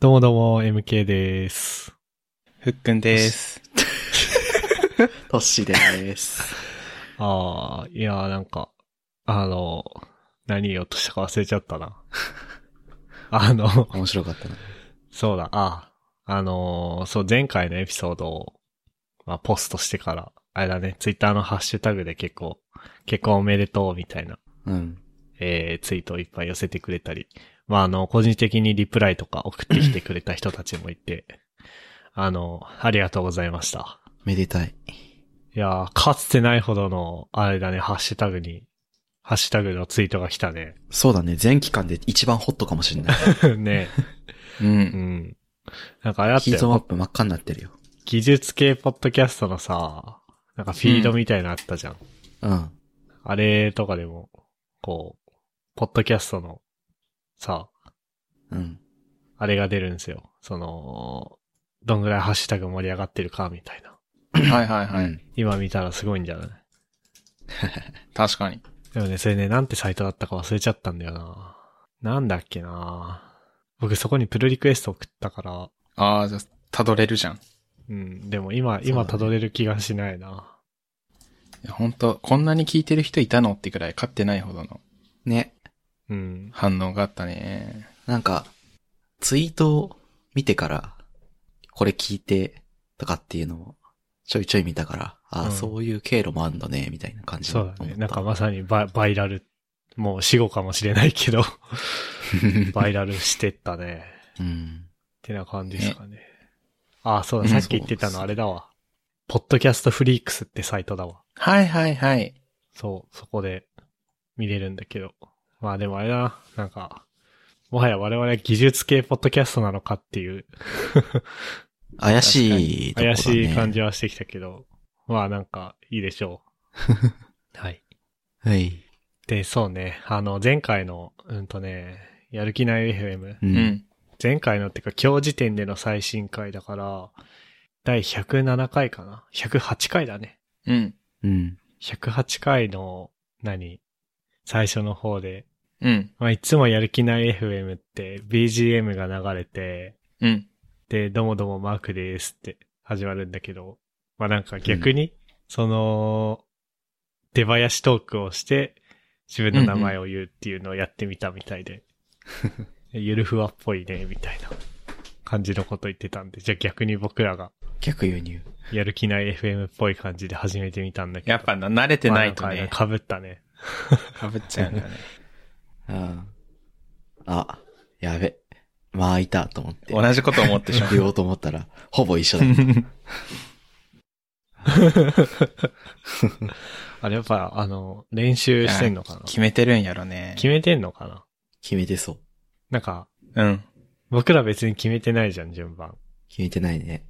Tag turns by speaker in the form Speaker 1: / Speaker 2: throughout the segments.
Speaker 1: どうもどうも、MK です。
Speaker 2: ふっくんです。
Speaker 3: トッシーです。
Speaker 1: ああ、いやーなんか、あの、何言おうとしたか忘れちゃったな。 あの、
Speaker 3: 面白かったな。
Speaker 1: そうだ、ああ、あのーそう、前回のエピソードを、まあ、ポストしてから、あれだね、ツイッターのハッシュタグで結構、結婚おめでとうみたいな、
Speaker 3: うん。
Speaker 1: えー、ツイートをいっぱい寄せてくれたり、まあ、あの、個人的にリプライとか送ってきてくれた人たちもいて、あの、ありがとうございました。
Speaker 3: めでたい。
Speaker 1: いやー、かつてないほどの、あれだね、ハッシュタグに、ハッシュタグのツイートが来たね。
Speaker 3: そうだね。全期間で一番ホットかもしれない。
Speaker 1: ね。
Speaker 3: う。
Speaker 1: うんん。なんかあれだった
Speaker 3: ヒート
Speaker 1: よ
Speaker 3: マップ真っ赤になってるよ。
Speaker 1: 技術系ポッドキャストのさ、なんかフィードみたいなのあったじゃん。
Speaker 3: うん。
Speaker 1: あれとかでも、こう、ポッドキャストの、さ、
Speaker 3: うん。
Speaker 1: あれが出るんですよ。その、どんぐらいハッシュタグ盛り上がってるか、みたいな。
Speaker 2: はいはいはい。
Speaker 3: うん。
Speaker 1: 今見たらすごいんじゃない
Speaker 2: 確かに。
Speaker 1: でもね、それね、なんてサイトだったか忘れちゃったんだよな。なんだっけな。僕そこにプルリクエスト送ったから、
Speaker 2: ああ、じゃあ、たどれるじゃん。い
Speaker 1: うん、でも今、今
Speaker 3: そうだ
Speaker 1: 辿
Speaker 3: ね
Speaker 1: れる気がしないな。
Speaker 2: や、ほんと、こんなに聞いてる人いたのってくらい勝ってないほどの
Speaker 3: ね。
Speaker 1: うん。
Speaker 2: 反応があったね。
Speaker 3: なんか、ツイートを見てから、これ聞いて、とかっていうのを、ちょいちょい見たから、ああ、
Speaker 1: うん
Speaker 3: そういう経路もあんだね、みたいな感じに
Speaker 1: そ
Speaker 3: 思っ
Speaker 1: う
Speaker 3: た
Speaker 1: だね。なんかまさにババイラル、もう死後かもしれないけど、バイラルしてったね。
Speaker 3: うん。
Speaker 1: ってな感じですかね。あ、そうだ、
Speaker 2: う
Speaker 1: さ
Speaker 2: ん
Speaker 1: っき言ってたのあれだわ。ポッドキャストフリークスってサイトだわ。
Speaker 2: はいはいはい。
Speaker 1: そう、そこで見れるんだけど。まあでもあれだな、なんか、もはや我々は技術系ポッドキャストなのかっていう
Speaker 3: 怪しいとこだ、ね。
Speaker 1: 怪しい感じはしてきたけど、まあなんかいいでしょう。 はい。
Speaker 3: はい。
Speaker 1: で、そうね、あの前回の、うんとね、やる気ない FM、
Speaker 3: う。
Speaker 2: うんん。
Speaker 1: 前回のってか今日時点での最新回だから、第107回かな ?108 回だね。
Speaker 2: うん。
Speaker 3: うん。
Speaker 1: 108回の、何最初の方で、
Speaker 2: うん。
Speaker 1: まあ、いつもやる気ない FM って BGM が流れて、
Speaker 2: うん。
Speaker 1: で、どうもどうもマークですって始まるんだけど、まあなんか逆に、その、出囃子トークをして、自分の名前を言うっていうのをやってみたみたい で、ゆるふわっぽいね、みたいな感じのこと言ってたんで、じゃあ逆に僕らが
Speaker 3: 逆輸入。
Speaker 1: やる気ない FM っぽい感じで始めてみたんだけど。
Speaker 2: やっぱな、慣れてないと
Speaker 1: まあん
Speaker 2: ね、
Speaker 1: か被った ね。
Speaker 2: かぶっちゃ うんだね。
Speaker 3: うん。あ、やべ。まあ、いたと思って。
Speaker 2: 同じこと思って しま
Speaker 3: 言おうと思ったら、ほぼ一緒
Speaker 2: う
Speaker 3: だった。。
Speaker 1: あれやっぱ、あの、練習してんのかな
Speaker 2: 決めてるんやろね。
Speaker 1: 決めてんのかな
Speaker 3: 決めてそう。
Speaker 1: なんか、
Speaker 2: うん。
Speaker 1: 僕ら別に決めてないじゃん、順番。
Speaker 3: 決めてないね。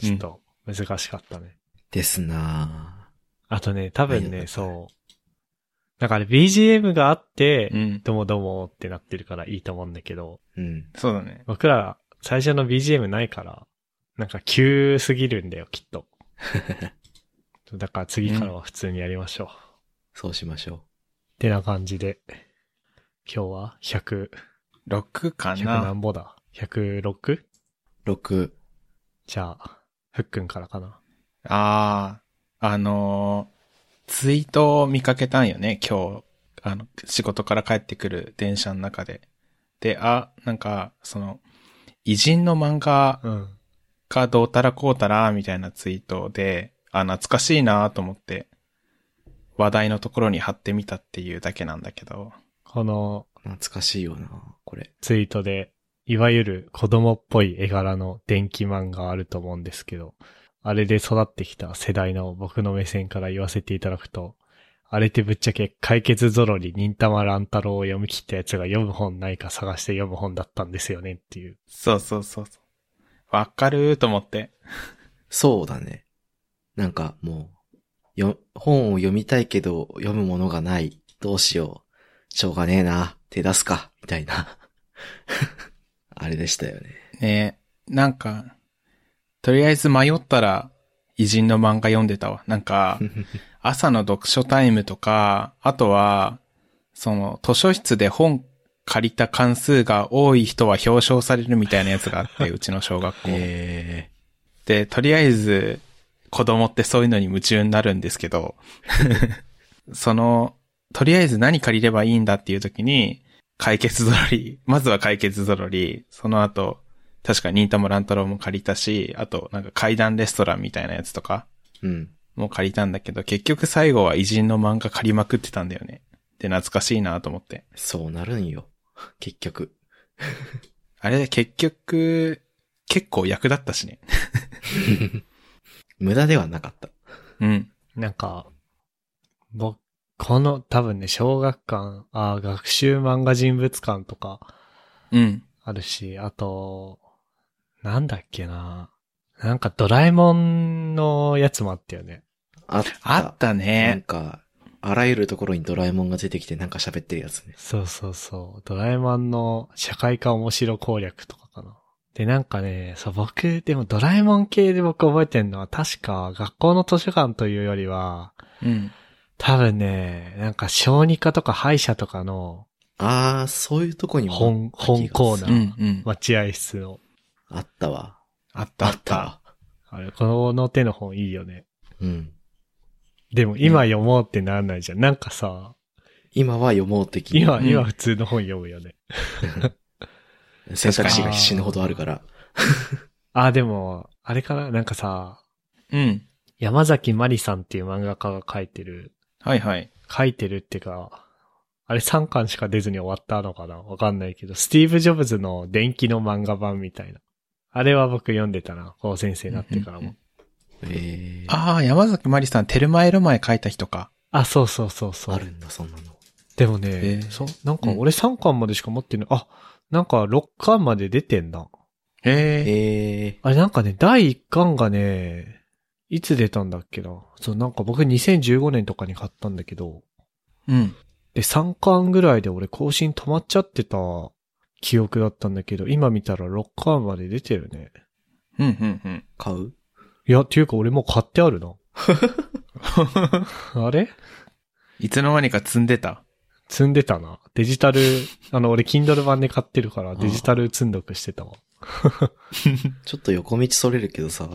Speaker 1: ちょっと、難しかったね。
Speaker 3: ですな
Speaker 1: あとね、多分
Speaker 3: はいは
Speaker 1: ね、
Speaker 3: い
Speaker 1: そう。なんかあれ BGM があって
Speaker 2: う、ん。
Speaker 1: どうもどうもってなってるからいいと思うんだけど、
Speaker 3: ぁ。うん。
Speaker 2: そうだね。
Speaker 1: 僕ら最初の BGM ないから、なんか急すぎるんだよ、きっ と。だから次からは普通にやりましょう。
Speaker 3: そうしましょ
Speaker 1: ってな感じで、今日は100、
Speaker 2: 6か
Speaker 1: 100な
Speaker 2: な。
Speaker 1: んぼだ ?106?
Speaker 3: う。6。
Speaker 1: じゃあ、ふっくんからかな。
Speaker 2: ああ、あのーツイートを見かけたんよね、今日。あの、仕事から帰ってくる電車の中で。で、あ、なんか、その、偉人の漫画
Speaker 1: うん。
Speaker 2: がどうたらこうたら、みたいなツイートで、あ、懐かしいなと思って、話題のところに貼ってみたっていうだけなんだけど。
Speaker 1: この
Speaker 3: 懐かしいよなこれ。
Speaker 1: ツイートで、いわゆる子供っぽい絵柄の電気漫画あると思うんですけど、あれで育ってきた世代の僕の目線から言わせていただくと、あれってぶっちゃけ解決ゾロリ忍たま乱太郎を読み切ったやつが読む本ないか探して読む本だったんですよねっていう。
Speaker 2: そうそうそうそう。わかるーと思って。
Speaker 3: そうだね。なんか、もう、よ、本を読みたいけど、読むものがない。どうしよう。しょうがねえな手出すか。みたいな。 あれでした よね。
Speaker 2: ねえ、なんか、とりあえず迷ったら、偉人の漫画読んでたわ。なんか、朝の読書タイムとか、あとは、その、図書室で本借りた関数が多い人は表彰されるみたいなやつがあって、うちの小学校。
Speaker 3: え
Speaker 2: で、とりあえず、子供ってそういうのに夢中になるんですけど、その、とりあえず何借りればいいんだっていう時に、解決ぞろり、まずは解決ぞろり、その後、確か忍たも乱太郎も借りたし、あと、なんか階段レストランみたいなやつとか
Speaker 3: ー、うん。
Speaker 2: も借りたんだけど、結局最後は偉人の漫画借りまくってたんだよね。で、懐かしいなと思って。
Speaker 3: そうなるんよ。結局。
Speaker 2: あれ、結局、結構役立ったしね。
Speaker 3: 無駄ではなかった。
Speaker 2: うん。
Speaker 1: なんか、僕、この多分ね、小学館、あー学習漫画人物館とか
Speaker 2: うん。
Speaker 1: あるし、あと、なんだっけな。なんかドラえもんのやつもあったよね。
Speaker 3: あった。
Speaker 2: あった
Speaker 3: なん
Speaker 2: ね。
Speaker 3: か、あらゆるところにドラえもんが出てきてなんか喋ってるやつね。
Speaker 1: そうそうそう。ドラえもんの社会科面白攻略とかかな。で、なんかね、そう、僕、でもドラえもん系で僕覚えてんのは、確か学校の図書館というよりは、
Speaker 2: うん。
Speaker 1: 多分ね、なんか小児科とか歯医者とかの
Speaker 3: あー、そういうとこにも。
Speaker 1: 本、本コーナ
Speaker 2: うんう
Speaker 1: ー、
Speaker 2: ん。
Speaker 1: 待合室の。
Speaker 3: あったわ。
Speaker 2: あったあった。。
Speaker 1: あれ、この手の本いいよね。
Speaker 3: うん。
Speaker 1: でも今読もうってならないじゃん。なんかさ、
Speaker 3: 今は読もう的に。
Speaker 1: 今、
Speaker 2: うん
Speaker 1: 今普通の本読むよね。
Speaker 3: 選択肢が必死のほどあるから。
Speaker 1: あ、でも、あれかななんかさ、
Speaker 2: うん。
Speaker 1: 山崎まりさんっていう漫画家が書いてる、
Speaker 2: はいはい。
Speaker 1: 書いてるってか、あれ3巻しか出ずに終わったのかなわかんないけど、スティーブ・ジョブズの電気の漫画版みたいな。あれは僕読んでたな。高先生になってから
Speaker 2: うんうん
Speaker 1: も
Speaker 2: うん。
Speaker 3: えー、あ
Speaker 2: ああ、山崎まりさん、テルマエロマエ書いた人か。
Speaker 1: あ、そうそうそうそう。
Speaker 3: るんだ、そんなの。
Speaker 1: でも
Speaker 2: え
Speaker 1: ね、
Speaker 2: ー
Speaker 1: そう、なんか俺3巻までしか持ってない。あ、なんか6巻まで出てんな。
Speaker 2: へえ。
Speaker 3: え
Speaker 1: あれなんかね、第1巻がね、いつ出たんだっけな。そう、なんか僕2015年とかに買ったんだけど、
Speaker 2: うん。
Speaker 1: で、3巻ぐらいで俺更新止まっちゃってた記憶だったんだけど、今見たら6巻まで出てるね。
Speaker 2: うんうんうん。
Speaker 3: ー、買う
Speaker 1: いや、っていうか俺もう買ってあるな。 あれ
Speaker 2: いつの間にか積んでた。
Speaker 1: 積んでたな。デジタル、あの、俺 Kindle 版で買ってるからデジタル積んどくしてたわ。
Speaker 3: ちょっと横道それるけどさ、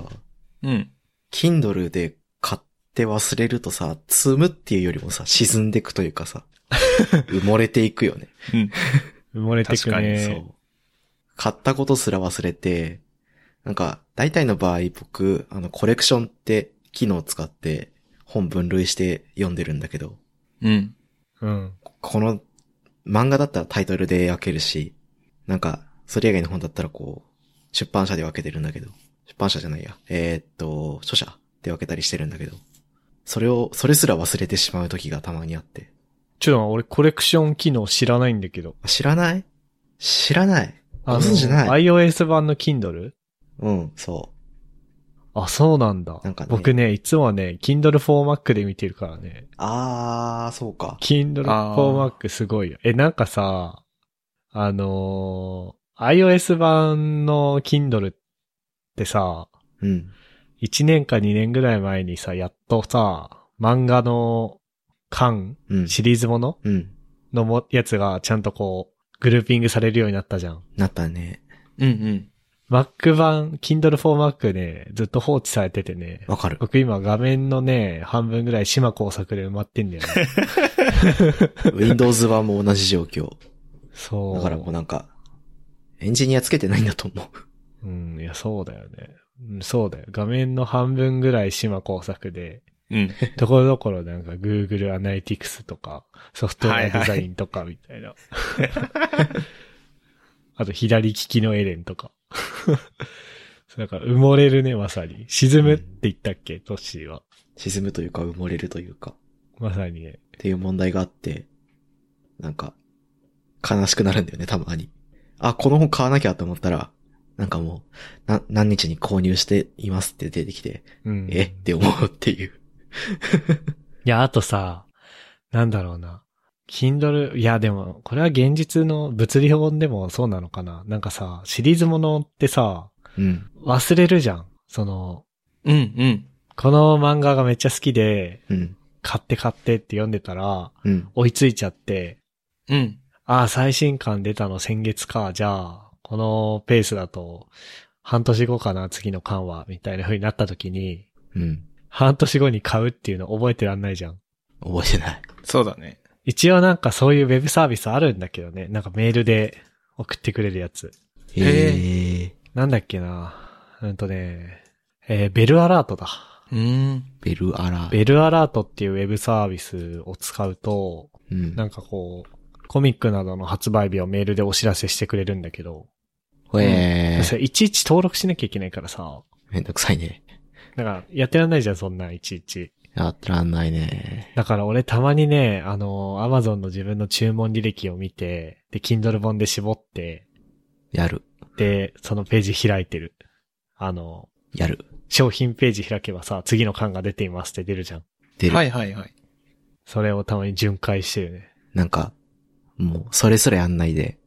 Speaker 2: うん。
Speaker 3: Kindle で買って忘れるとさ、積むっていうよりもさ、沈んでくというかさ、埋もれていくよね。
Speaker 2: う
Speaker 1: 埋
Speaker 2: ん。
Speaker 1: もれてく
Speaker 2: 確かに
Speaker 1: ね。
Speaker 3: そう。買ったことすら忘れて、なんか、大体の場合僕、あの、コレクションって機能を使って本分類して読んでるんだけど、
Speaker 2: うん。
Speaker 1: うん。
Speaker 3: この漫画だったらタイトルで分けるし、なんか、それ以外の本だったらこう、出版社で分けてるんだけど、出版社じゃないや、えーっと、著者で分けたりしてるんだけど、それを、それすら忘れてしまう時がたまにあって。
Speaker 1: ちょっと待って俺コレクション機能知らないんだけど。
Speaker 3: あ知らない知らない
Speaker 1: あの、
Speaker 3: ご存知ない
Speaker 1: iOS 版の Kindle?
Speaker 3: うん、そう。
Speaker 1: あ、そうなんだ。
Speaker 3: なんかね
Speaker 1: 僕ね、いつもね、Kindle for Mac で見てるからね。
Speaker 3: あー、そうか。
Speaker 1: Kindle
Speaker 2: あー
Speaker 1: for Mac すごいよ。え、なんかさ、あのー iOS 版の Kindle ってさ、
Speaker 3: うん。
Speaker 1: 1年か2年ぐらい前にさ、やっとさ、漫画の巻、
Speaker 3: うん。
Speaker 1: シリーズもの
Speaker 3: うん。
Speaker 1: のも、やつがちゃんとこう、グルーピングされるようになったじゃん。
Speaker 3: なったね。
Speaker 2: うんうん。
Speaker 1: Mac 版、Kindle for Mac ね、ずっと放置されててね、
Speaker 3: わかる。
Speaker 1: 僕今画面のね、半分ぐらい島工作で埋まってんだよ ね。
Speaker 3: Windows 版も同じ状況。
Speaker 1: そう。
Speaker 3: だからもうなんか、エンジニアつけてないんだと思う。
Speaker 1: うん、いや、そうだよね。うん、そうだよ。画面の半分ぐらい島工作で、
Speaker 2: うん。
Speaker 1: ところどころなんか Google アナリティクスとか、ソフトウェアデザインとかみたいな。あと、左利きのエレンとか。 そうだから、埋もれるね、まさに。沈むって言ったっけ、トッシーは。
Speaker 3: 沈むというか埋もれるというか、
Speaker 1: まさにね。
Speaker 3: っていう問題があって、なんか、悲しくなるんだよね、たまに。あ、この本買わなきゃと思ったら、なんかもう、な、何日に購入していますって出てきて、
Speaker 1: うん。
Speaker 3: えって思うっていう。
Speaker 1: いや、あとさ、なんだろうな。Kindle、いや、でも、これは現実の物理本でもそうなのかな。なんかさ、シリーズものってさ、
Speaker 3: うん。
Speaker 1: 忘れるじゃん。その、
Speaker 2: うんうん。
Speaker 1: この漫画がめっちゃ好きで、
Speaker 3: うん。
Speaker 1: 買って買ってって読んでたら、
Speaker 3: うん。
Speaker 1: 追いついちゃって、
Speaker 2: うん。
Speaker 1: ああ、最新刊出たの先月か。じゃあ、このペースだと、半年後かな、次の刊は、みたいな風になった時に、
Speaker 3: うん。
Speaker 1: 半年後に買うっていうの覚えてらんないじゃん。
Speaker 3: 覚えてない。
Speaker 2: そうだね。
Speaker 1: 一応なんかそういうウェブサービスあるんだけどね。なんかメールで送ってくれるやつ。
Speaker 2: へー
Speaker 3: へえ。
Speaker 1: なんだっけな。うんとね、えーベルアラートだ。
Speaker 2: うん。
Speaker 3: ベルアラ。
Speaker 1: ベルアラートっていうウェブサービスを使うと、
Speaker 3: うん。
Speaker 1: なんかこう、コミックなどの発売日をメールでお知らせしてくれるんだけど、
Speaker 3: ほえ
Speaker 1: そ
Speaker 3: ー。
Speaker 1: れいちいち登録しなきゃいけないからさ、
Speaker 3: めんどくさいね。
Speaker 1: だからやってらんないじゃん、そんなんいちいち。
Speaker 3: やってらんないね。
Speaker 1: だから俺たまにね、あの、アマゾンの自分の注文履歴を見て、で、Kindle 本で絞って、
Speaker 3: やる。
Speaker 1: で、そのページ開いてる。あの、
Speaker 3: やる。
Speaker 1: 商品ページ開けばさ、次の巻が出ていますって出るじゃん。
Speaker 3: 出る。
Speaker 2: はいはいはい。
Speaker 1: それをたまに巡回してるね。
Speaker 3: なんか、もう、それすらやんないで。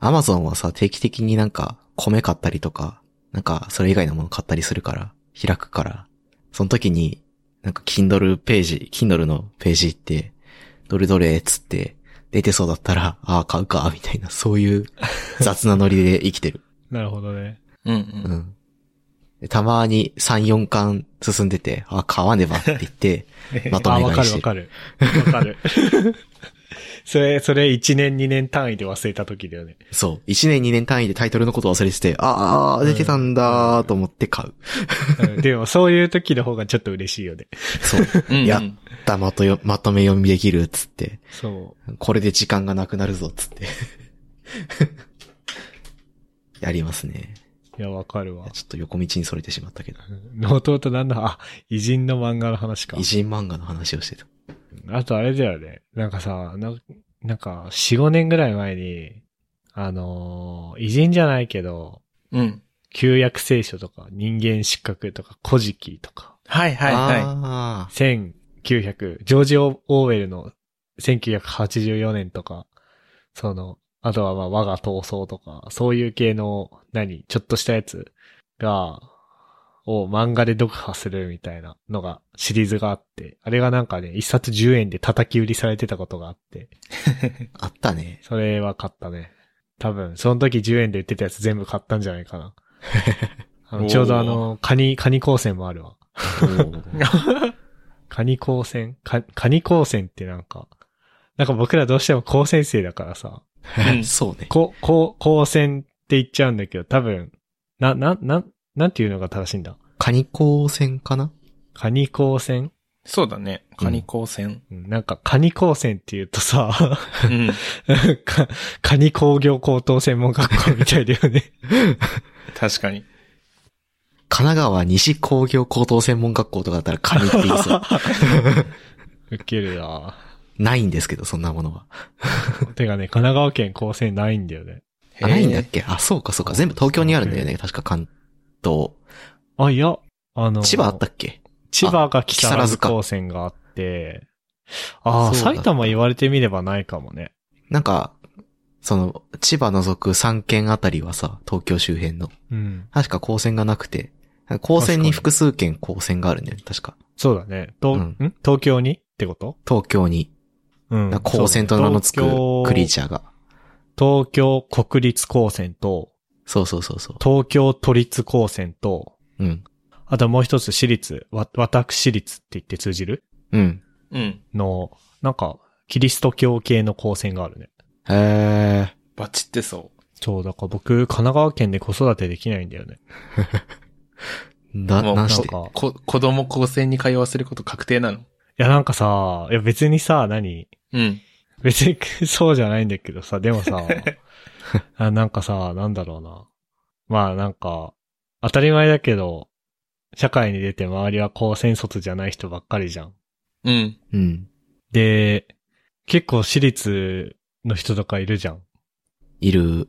Speaker 3: アマゾンはさ、定期的になんか、米買ったりとか、なんか、それ以外のもの買ったりするから、開くから、その時に、なんか、Kindle ページ、Kindle のページ行って、どれどれ、つって、出てそうだったら、ああ、買うか、みたいな、そういう 雑なノリで生きてる。
Speaker 1: なるほどね。
Speaker 2: うんう。
Speaker 3: うんん。でたまに3、4巻進んでて、ああ、買わねばって言って、 まと
Speaker 1: あ、
Speaker 3: め
Speaker 1: わ
Speaker 3: 買
Speaker 1: か
Speaker 3: い
Speaker 1: る
Speaker 3: し
Speaker 1: わ
Speaker 3: てる。
Speaker 1: かる。わかる。それ、それ1年2年単位で忘れた時だよね。
Speaker 3: そう。1年2年単位でタイトルのこと忘れてて、ああ、出てたんだーと思って買う。
Speaker 1: うんでもそういう時の方がちょっと嬉しいよね。
Speaker 3: そう。
Speaker 2: うんうん
Speaker 3: やだまとよ、まとめ読みできるっつって。
Speaker 1: そ
Speaker 3: これで時間がなくなるぞっつって。 やりますね。
Speaker 1: う。いや、わかるわ。
Speaker 3: ちょっと横道にそれてしまったけど。
Speaker 1: ノートとなんだ、あ、偉人の漫画の話か
Speaker 3: 偉。人漫画の話をしてた。
Speaker 1: あとあれだよね。なんかさ、ななんか、4、5年ぐらい前に、あのー偉人じゃないけど、
Speaker 2: うん。
Speaker 1: 旧約聖書とか、人間失格とか、古事記とか、
Speaker 2: はいはいは
Speaker 3: あ
Speaker 1: 1900、ジョージ・オーウェルの1984年とか、その、あとはまあ我が闘争とか、そういう系の、何、ちょっとしたやつが、を漫画で読破するみたいなのが、シリーズがあって、あれがなんかね、一冊10円で叩き売りされてたことがあって、
Speaker 3: ーあった ね。
Speaker 1: それは買ったね。多分、その時10円で売ってたやつ全部買ったんじゃないかな。あのちょうどあの、カニ、カニ光線もあるわ。カニ光線カカニ光線ってなんか、なんか僕らどうしても高専生だからさ、
Speaker 2: い。
Speaker 3: そうね。
Speaker 1: こ、こう、高専って言っちゃうんだけど、多分、な、な、な、なんていうのが正しいんだ
Speaker 3: カニ光線かな
Speaker 1: カニ光線
Speaker 2: そうだね。カニ光線。
Speaker 1: うんなんか、カニ光線って言うとさ、
Speaker 2: うん。
Speaker 1: かカニ工業高等専門学校みたいだよね。
Speaker 2: 確かに。
Speaker 3: 神奈川西工業高等専門学校とかだったらカニって言い そう。
Speaker 1: ウケるな
Speaker 3: ないんですけど、そんなものは。
Speaker 1: てかね、神奈川県高専ないんだよね。
Speaker 3: あ、ないんだっ
Speaker 2: へ
Speaker 3: けあ、そうかそうか。全部東京にあるんだよね。確か関東。
Speaker 1: あ、いや、あの、
Speaker 3: 千葉あったっけ
Speaker 1: 千葉が木更
Speaker 3: 木更
Speaker 1: 津
Speaker 3: 津か
Speaker 1: 高専があって、ああ、
Speaker 3: そうだ
Speaker 1: 埼玉言われてみればないかもね。
Speaker 3: なんか、その、千葉除く3県あたりはさ、東京周辺の。
Speaker 1: うん。
Speaker 3: 確か高専がなくて。高専に複数県高専があるんだよね。確か。
Speaker 1: そうだね。と、
Speaker 3: うん
Speaker 1: ん東京にってこと
Speaker 3: 東京に。
Speaker 1: うん
Speaker 3: なんか高専と名の付くクリー
Speaker 1: ャー。
Speaker 3: チャーが。
Speaker 1: 東京国立高専と、
Speaker 3: そうそうそうそう。
Speaker 1: 東京都立高専と、
Speaker 3: うん。
Speaker 1: あともう一つ私立、わ、私立って言って通じる
Speaker 3: うん。
Speaker 2: えうん。
Speaker 1: の、なんか、キリスト教系の高専があるね。
Speaker 3: へえ。
Speaker 2: バチってそ
Speaker 1: そう、だから僕、神奈川県で子育てできないんだよね。
Speaker 3: だ、
Speaker 2: もう
Speaker 3: なん
Speaker 1: な
Speaker 3: し
Speaker 1: ん
Speaker 3: て。
Speaker 1: か
Speaker 2: う。、こ、子供光線に通わせること確定なの。
Speaker 1: いやなんかさ、いや別にさ、何
Speaker 2: うん。
Speaker 1: 別にそうじゃないんだけどさ、でもさ、あなんかさ、なんだろうな。まあなんか、当たり前だけど、社会に出て周りは高専卒じゃない人ばっかりじゃん。
Speaker 2: うん。
Speaker 3: うん。
Speaker 1: で、結構私立の人とかいるじゃん。
Speaker 3: いる。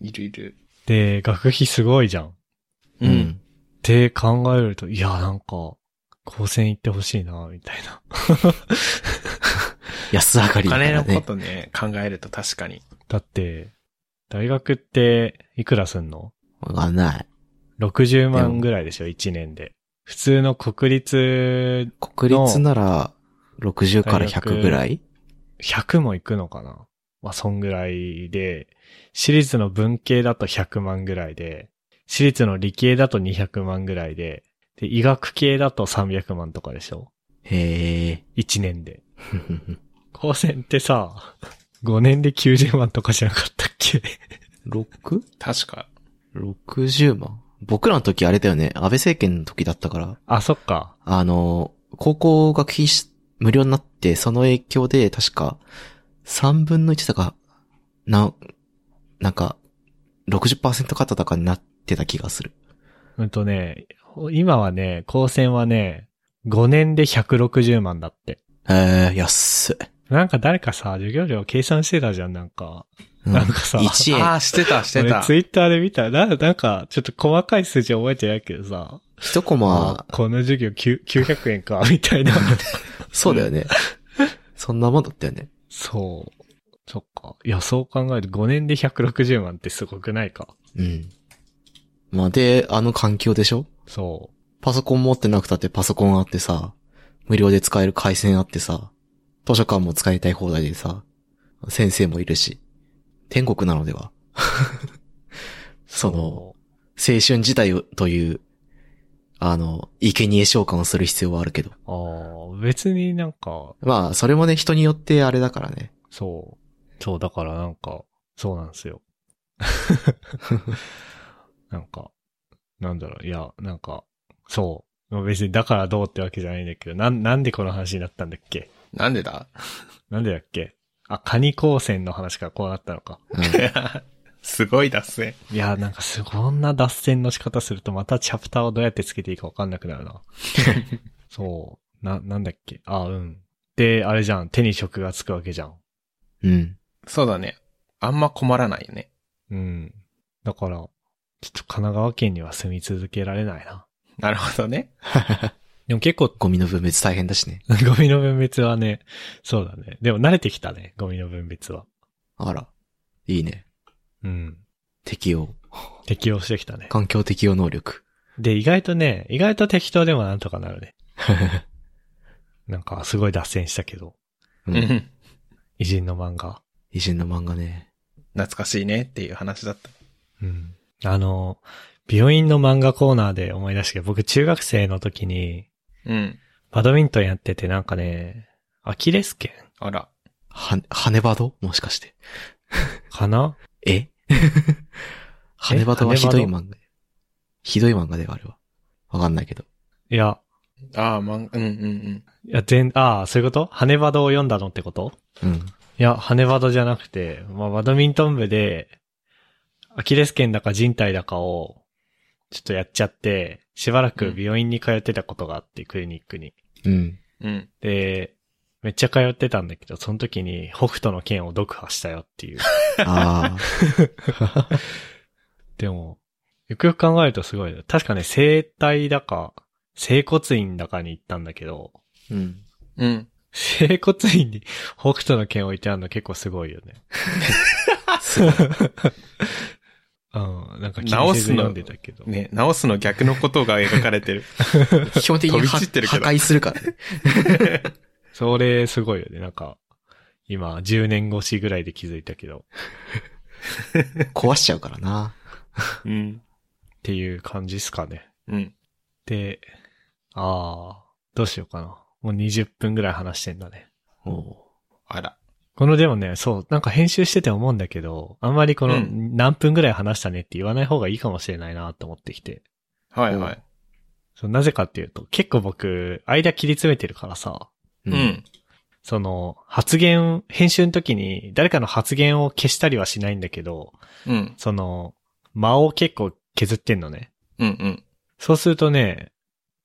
Speaker 2: いるいる。
Speaker 1: で、学費すごいじゃん。っ
Speaker 3: う。ん。
Speaker 1: て考えると、いや、なんか、高専行ってほしいな、みたいな。
Speaker 3: 安上がり
Speaker 2: お
Speaker 3: だか
Speaker 2: 金
Speaker 3: ら
Speaker 2: のこ
Speaker 3: ね。
Speaker 2: とね、考えると確かに。
Speaker 1: だって、大学って、いくらすんの
Speaker 3: わかんない。
Speaker 1: 60万ぐらいでしょ、1年で。普通の国立
Speaker 3: 国立なら、60から100ぐらい
Speaker 1: 100も行くのかなまあ、そんぐらいで、私立の文系だと100万ぐらいで、私立の理系だと200万ぐらいで、で、医学系だと300万とかでしょ
Speaker 3: へえ。
Speaker 1: ?1 年で。高専ってさ、5年で90万とかじゃなかったっけ
Speaker 3: 6?
Speaker 2: 確か。
Speaker 3: 60万僕らの時あれだよね。安倍政権の時だったから。
Speaker 1: あ、そっか。
Speaker 3: あの、高校学費し無料になって、その影響で確か3分の1だか、な、なんか、60%カットだかになってた気がする。
Speaker 1: うんとね、今はね、高専はね、5年で160万だって。
Speaker 3: えー、安い。
Speaker 1: なんか誰かさ、授業料計算してたじゃん、なんか。
Speaker 3: うん
Speaker 1: なんかさ、
Speaker 3: 1
Speaker 2: あ
Speaker 3: 円。
Speaker 2: あ、してた、して
Speaker 1: 俺
Speaker 2: た
Speaker 1: ツ。イッターで見た。な、なんか、ちょっと細かい数字覚えてないけどさ、
Speaker 3: 一コマ、
Speaker 1: この授業9 900円か、みた いな。
Speaker 3: そうだよ ね。そんなもんだったよね。
Speaker 1: そう。そっか。いや、そう考えると5年で160万ってすごくないか。
Speaker 3: うん。まあ、で、あの環境でしょ
Speaker 1: そ
Speaker 3: パソコン持ってなくたってパソコンあってさ、無料で使える回線あってさ、図書館も使いたい放題でさ、先生もいるし、天国なのでは。
Speaker 1: う。
Speaker 3: その、青春時代をという、あの、生贄召喚をする必要はあるけど。
Speaker 1: ああ、別になんか、
Speaker 3: まあ、それもね、人によってあれだからね。
Speaker 1: そう。そう、だからなんか、そうなんです よ。なんか、なんだろう、いや、なんか、そう。まあ別にだからどうってわけじゃないんだけど、なん、なんでこの話になったんだっけ
Speaker 2: なんでだ
Speaker 1: なんでだっけあ、カニ光線の話からこうなったのか。
Speaker 3: うん
Speaker 2: すごい脱線。
Speaker 1: いや、なんかす、こんな脱線の仕方するとまたチャプターをどうやってつけていいかわかんなくなるな。そう。な、なんだっけあ、うん。で、あれじゃん。手に職がつくわけじゃん。
Speaker 3: うん。
Speaker 2: そうだね。あんま困らないよね。
Speaker 1: うん。だから、ちょっと神奈川県には住み続けられないな。
Speaker 2: なるほどね。
Speaker 1: でも結構、
Speaker 3: ゴミの分別大変だしね。
Speaker 1: ゴミの分別はね、そうだね。でも慣れてきたね、ゴミの分別は。
Speaker 3: あら。いいね。
Speaker 1: うん。
Speaker 3: 適応。
Speaker 1: 適応してきたね。
Speaker 3: 環境適応能力。
Speaker 1: で、意外とね、意外と適当でもなんとかなるね。なんか、すごい脱線したけど、
Speaker 3: う。
Speaker 2: うんん。
Speaker 1: 偉人の漫画。
Speaker 3: 偉人の漫画ね。
Speaker 2: 懐かしいねっていう話だった。
Speaker 1: うん。あの、病院の漫画コーナーで思い出したけど、僕中学生の時に、
Speaker 2: うん。
Speaker 1: バドミントンやっててなんかね、アキレス腱
Speaker 2: あら。
Speaker 3: は、羽バドもしかして。
Speaker 1: かな
Speaker 3: え 羽バドはひどい漫画。ひどい漫画だよ、あれは。わかんないけど。
Speaker 1: いや、
Speaker 2: ああ、まん、うんうんうん。
Speaker 1: いや、全、ああ、そういうこと羽バドを読んだのってこと
Speaker 3: うん。
Speaker 1: いや、羽バドじゃなくて、まあ、バドミントン部で、アキレス腱だか人体だかを、ちょっとやっちゃって、しばらく病院に通ってたことがあって、クリニックに。
Speaker 3: うん。
Speaker 2: うん。
Speaker 1: で、めっちゃ通ってたんだけど、その時に北斗の剣を読破したよっていう。
Speaker 3: ああ。
Speaker 1: でも、よくよく考えるとすごいね。確かね、整体だか、整骨院だかに行ったんだけど、
Speaker 3: うん。
Speaker 2: うん。
Speaker 1: 整骨院に北斗の剣置いてあるの結構すごいよね。うん、なんか気にせず読んでたけど。
Speaker 2: ね、直すの逆のことが描かれてる。
Speaker 3: 基本的に
Speaker 2: 飛び
Speaker 3: は
Speaker 2: 散ってる
Speaker 3: 破
Speaker 2: けど
Speaker 3: 壊するからね。
Speaker 1: それすごいよね。なんか、今、10年越しぐらいで気づいたけど、
Speaker 3: 壊しちゃうからな。
Speaker 2: うん。
Speaker 1: っていう感じっすかね。
Speaker 2: うん。
Speaker 1: で、あー、どうしようかな。もう20分ぐらい話してんだね。
Speaker 3: おう
Speaker 2: あら。
Speaker 1: このでもね、そう、なんか編集してて思うんだけど、あんまりこの、
Speaker 2: うん
Speaker 1: 何分ぐらい話したねって言わない方がいいかもしれないなと思ってきて。
Speaker 2: はいはい。
Speaker 1: そうなぜかっていうと、結構僕、間切り詰めてるからさ、
Speaker 3: う
Speaker 2: う。ん。
Speaker 1: その、発言、編集の時に誰かの発言を消したりはしないんだけど、
Speaker 2: うん。
Speaker 1: その、間を結構削ってんのね。
Speaker 2: うんうん。
Speaker 1: そうするとね、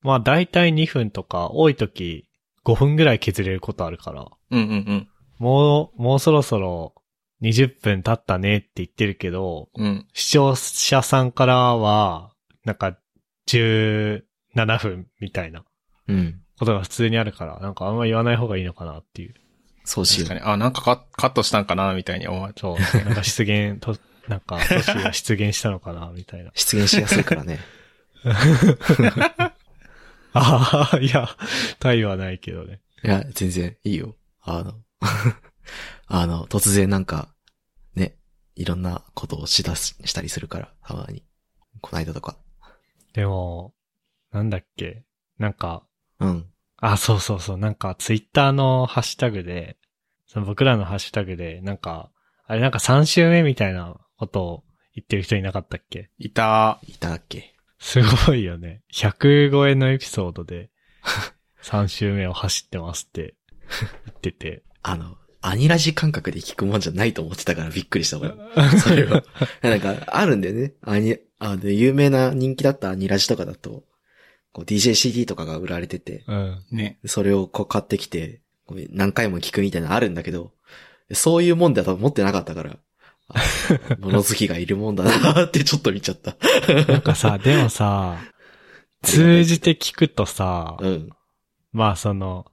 Speaker 1: まあ大体2分とか、多い時5分ぐらい削れることあるから、
Speaker 2: うんうんうん。
Speaker 1: もう、もうそろそろ20分経ったねって言ってるけど、
Speaker 2: うん。
Speaker 1: 視聴者さんからは、なんか、17分みたいな
Speaker 3: うん。
Speaker 1: ことが普通にあるから、なんかあんま言わない方がいいのかなっていう。
Speaker 3: そうし
Speaker 2: 確
Speaker 3: よ
Speaker 2: か
Speaker 3: う。
Speaker 2: に。あ、なんかカカットしたんかなみたいに思われ
Speaker 1: そう。なんか出現、と、なんか、都市が出現したのかな、みた いな。
Speaker 3: 出現しやすい からね。
Speaker 1: ああ、いや、対はないけどね。
Speaker 3: いや、全然いいよ。あの、 あの、突然なんか、ね、いろんなことをしだす、したりするから、たまに。こないだとか。
Speaker 1: でも、なんだっけ。なんか、
Speaker 3: うん。
Speaker 1: あ、そうそうそう。なんか、ツイッターのハッシュタグで、その僕らのハッシュタグで、なんか、あれなんか3週目みたいなことを言ってる人いなかったっけ
Speaker 2: いた。
Speaker 3: いたっけ
Speaker 1: すごいよね。100超えのエピソード で、3週目を走ってますって言ってて。
Speaker 3: あの、アニラジ感覚で聞くもんじゃないと思ってたからびっくりした、俺。それ は。なんか、あるんだよね。アニ、あの、有名な人気だったアニラジとかだと、こう DJCD とかが売られてて、
Speaker 1: うん。
Speaker 2: ね。
Speaker 3: それをこう買ってきて、こう何回も聞くみたいなのあるんだけど、そういうもんだと思ってなかったから、あ物好きがいるもんだなってちょっと見ちゃった。
Speaker 1: なんかさ、でもさ、通じて聞くとさ、
Speaker 3: うん。
Speaker 1: まあその、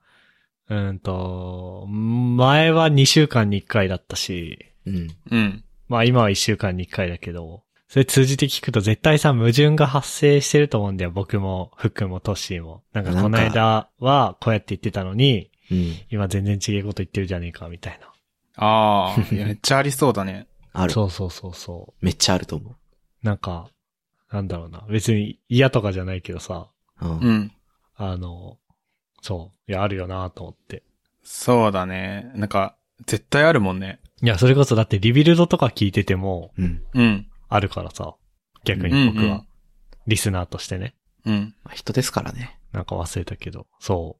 Speaker 1: うんと、前は2週間に1回だったし、
Speaker 3: うん。
Speaker 2: うん。
Speaker 1: まあ今は1週間に1回だけど、それ通じて聞くと絶対さ、矛盾が発生してると思うんだよ。僕も、福も、トッシーも。なんかこの間はこうやって言ってたのに、
Speaker 3: うん。
Speaker 1: 今全然違うこと言ってるじゃねえか、みたいな。
Speaker 2: ああ、い やめっちゃありそうだね。
Speaker 3: ある。
Speaker 1: そうそうそうそ
Speaker 3: めっちゃあると思
Speaker 1: う。なんか、なんだろうな。別に嫌とかじゃないけどさ、
Speaker 3: う。うん。
Speaker 2: うん。
Speaker 1: あの、そう。いや、あるよなと思って。
Speaker 2: そうだね。なんか、絶対あるもんね。
Speaker 1: いや、それこそだってリビルドとか聞いてても、
Speaker 3: うん。
Speaker 2: うん。
Speaker 1: あるからさ。逆
Speaker 2: うん
Speaker 1: に僕は、リスナーとしてね。
Speaker 2: うん。うん。
Speaker 3: まあ人ですからね。
Speaker 1: なんか忘れたけど。そ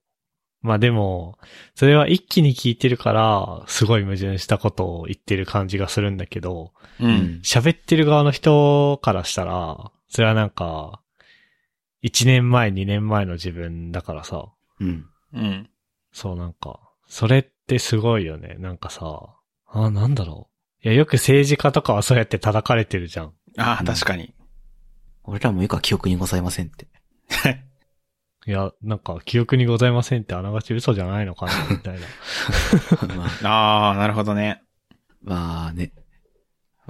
Speaker 1: う。まあでも、それは一気に聞いてるから、すごい矛盾したことを言ってる感じがするんだけど、
Speaker 2: う。。
Speaker 3: うん
Speaker 1: 喋ってる側の人からしたら、それはなんか、1年前、2年前の自分だからさ、
Speaker 3: うん。
Speaker 2: うん。
Speaker 1: そうなんか、それってすごいよね。なんかさ、あ、なんだろう。いや、よく政治家とかはそうやって叩かれてるじゃん。
Speaker 2: あ
Speaker 3: う
Speaker 2: あ、
Speaker 3: ん
Speaker 2: 確かに。
Speaker 3: 俺らもよくは記憶にございませんって。
Speaker 1: いや、なんか、記憶にございませんってあながち嘘じゃないのか な、みたいな。
Speaker 3: まあ、
Speaker 2: ああ、なるほどね。
Speaker 3: まあね。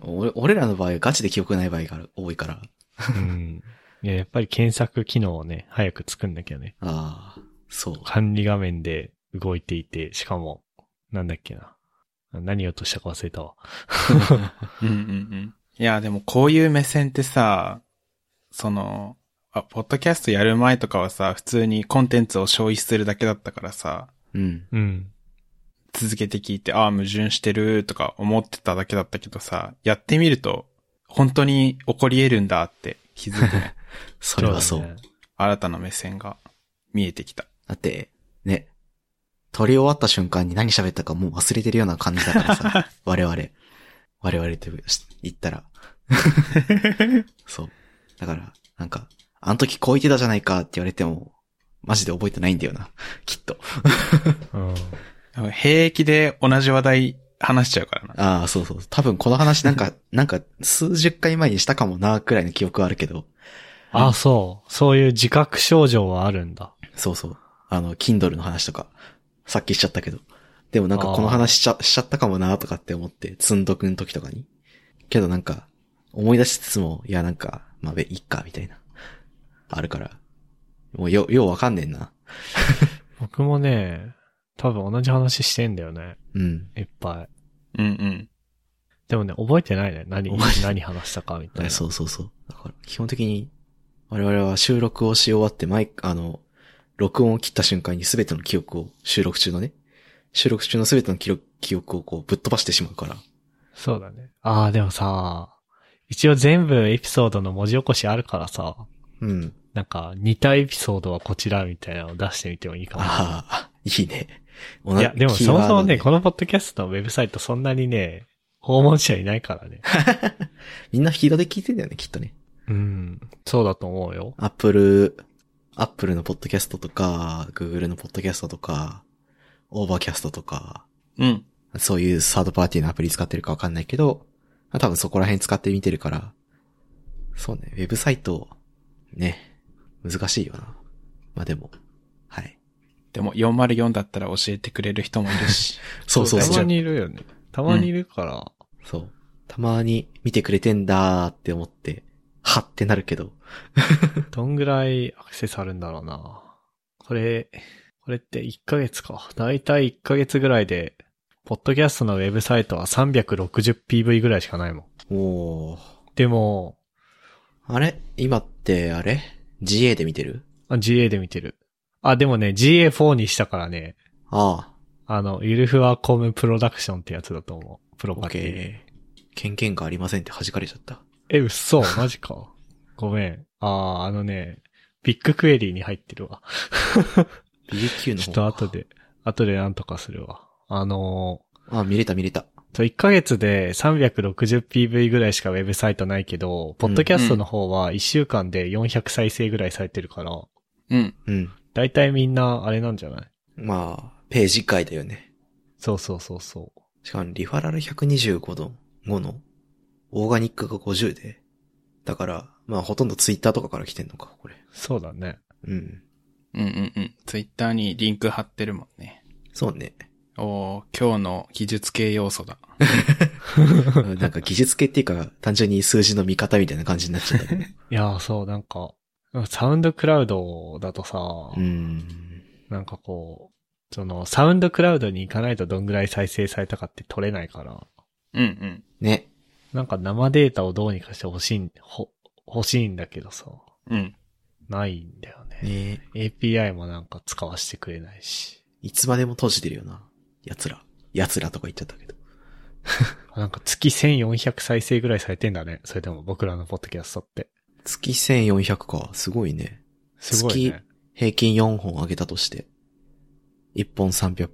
Speaker 3: 俺俺らの場合、ガチで記憶ない場合が多いから。
Speaker 1: うん。いや、やっぱり検索機能をね、早く作んなきゃね。
Speaker 3: ああ、そう。
Speaker 1: 管理画面で動いていて、しかも、なんだっけな。何をとしたか忘れたわ。
Speaker 2: うんうんうん。いや、でもこういう目線ってさ、その、あ、ポッドキャストやる前とかはさ、普通にコンテンツを消費するだけだったからさ、
Speaker 3: うん。
Speaker 1: うん。
Speaker 2: 続けて聞いて、ああ、矛盾してるとか思ってただけだったけどさ、やってみると、本当に起こり得るんだって気づくね。
Speaker 3: それはそう。
Speaker 1: だね
Speaker 2: 新たな目線が見えてきた。
Speaker 3: だって、ね。撮り終わった瞬間に何喋ったかもう忘れてるような感じだからさ。我々。我々って言ったら。そう。だから、なんか、あの時こう言ってたじゃないかって言われても、マジで覚えてないんだよな。きっと。
Speaker 1: うん。
Speaker 2: 平気で同じ話題話しちゃうからな。
Speaker 3: ああ、そうそう。多分この話なんか、なんか数十回前にしたかもな、くらいの記憶はあるけど。
Speaker 1: あ、そう。そういう自覚症状はあるんだ。
Speaker 3: そうそう。あの、Kindle の話とか、さっきしちゃったけど。でもなんかこの話しちゃしちゃったかもなとかって思って、積んどくん時とかに。けどなんか、思い出しつつも、いやなんか、まあ、べ、いっか、みたいな。あるから。もうよ、ようわかんねんな。
Speaker 1: 僕もね、多分同じ話してんだよね。
Speaker 3: うん。
Speaker 1: いっぱい。
Speaker 2: うんうん。
Speaker 1: でもね、覚えてないね。何、
Speaker 3: 覚えてない
Speaker 1: 何話したかみたいな。
Speaker 3: そうそうそう。だから、基本的に、我々は収録をし終わって、マイク、あの、録音を切った瞬間に全ての記憶を、収録中のね、収録中の全ての記録記憶をこう、ぶっ飛ばしてしまうから。
Speaker 1: そうだね。ああ、でもさ、一応全部エピソードの文字起こしあるからさ、
Speaker 3: うん。
Speaker 1: なんか似たエピソードはこちらみたいなのを出してみてもいいかな。
Speaker 3: ああ、いいね。同
Speaker 1: いや、でもそもそもね、
Speaker 3: キーワード
Speaker 1: このポッドキャストのウェブサイトそんなにね、訪問者いないから ね。
Speaker 3: みんなヒードで聞いてんだよね、きっとね。
Speaker 1: うん。そうだと思うよ。
Speaker 3: アップル、アップルのポッドキャストとか、グーグルのポッドキャストとか、オーバーキャストとか、
Speaker 2: うん。
Speaker 3: そういうサードパーティーのアプリ使ってるかわかんないけど、まあ多分そこら辺使ってみてるから、そうね、ウェブサイト、ね、難しいよな。まあでも、はい。
Speaker 2: でも404だったら教えてくれる人もいるし。
Speaker 3: そうそう
Speaker 1: た
Speaker 3: そ
Speaker 1: ま
Speaker 3: う。
Speaker 1: にいるよね。たまにいるから。
Speaker 3: そう。たまに見てくれてんだーって思って、はってなるけど、
Speaker 1: どんぐらいアクセスあるんだろうな。これ、これって1ヶ月か。だいたい1ヶ月ぐらいでポッドキャストのウェブサイトは 360pv ぐらいしかないもん。
Speaker 3: おー。
Speaker 1: でも、
Speaker 3: あれ今って、あれ ?GA で見てる
Speaker 1: あ GA で見てる。あ、でもね、GA4 にしたからね、
Speaker 3: あ
Speaker 1: あの、ゆるふわコムプロダクションってやつだと思う。プロ
Speaker 3: あ、
Speaker 1: パティ。
Speaker 3: OK。権限がありませんって弾かれちゃった。
Speaker 1: え、嘘マジか。 ごめん。あー、あのね、ビッグクエリーに入ってるわ。
Speaker 3: BQ の
Speaker 1: ち
Speaker 3: 方
Speaker 1: ょっと後。で、後でなんとかするわ。あの
Speaker 3: あ、見れた見れた。
Speaker 1: ー、と1ヶ月で 360pv ぐらいしかウェブサイトないけど、ポッドキャストの方は1週間で400再生ぐらいされてるから、
Speaker 2: うん。
Speaker 3: うん。
Speaker 1: だいたいみんなあれなんじゃない
Speaker 3: まあ、ページ外だよね。
Speaker 1: そうそうそうそう。
Speaker 3: しかも、リファラル125の5の、オーガニックが50で。だから、まあ、ほとんどツイッターとかから来てんのか、これ。
Speaker 1: そうだね。
Speaker 3: うん。
Speaker 2: うんうんうん。ツイッターにリンク貼ってるもんね。
Speaker 3: そうね。
Speaker 2: おー今日の技術系要素だ。
Speaker 3: うんなんか技術系っていうか、単純に数字の見方みたいな感じになっちゃった けど。
Speaker 1: いやー、そう、なんか、サウンドクラウドだとさ、
Speaker 3: うん。
Speaker 1: なんかこう、その、サウンドクラウドに行かないとどんぐらい再生されたかって取れないから、
Speaker 2: うんうん。
Speaker 3: ね。
Speaker 1: なんか生データをどうにかして欲しいん、ほ、欲しいんだけどさ、
Speaker 2: うん。
Speaker 1: ないんだよね。
Speaker 3: ね
Speaker 1: API もなんか使わせてくれないし。
Speaker 3: いつまでも閉じてるよな。奴ら。奴らとか言っちゃったけど。
Speaker 1: なんか月1400再生ぐらいされてんだね。それでも僕らのポッドキャストって。
Speaker 3: 月1400か。すごいね。
Speaker 1: すごいね。
Speaker 3: 平均4本上げたとして。1本300、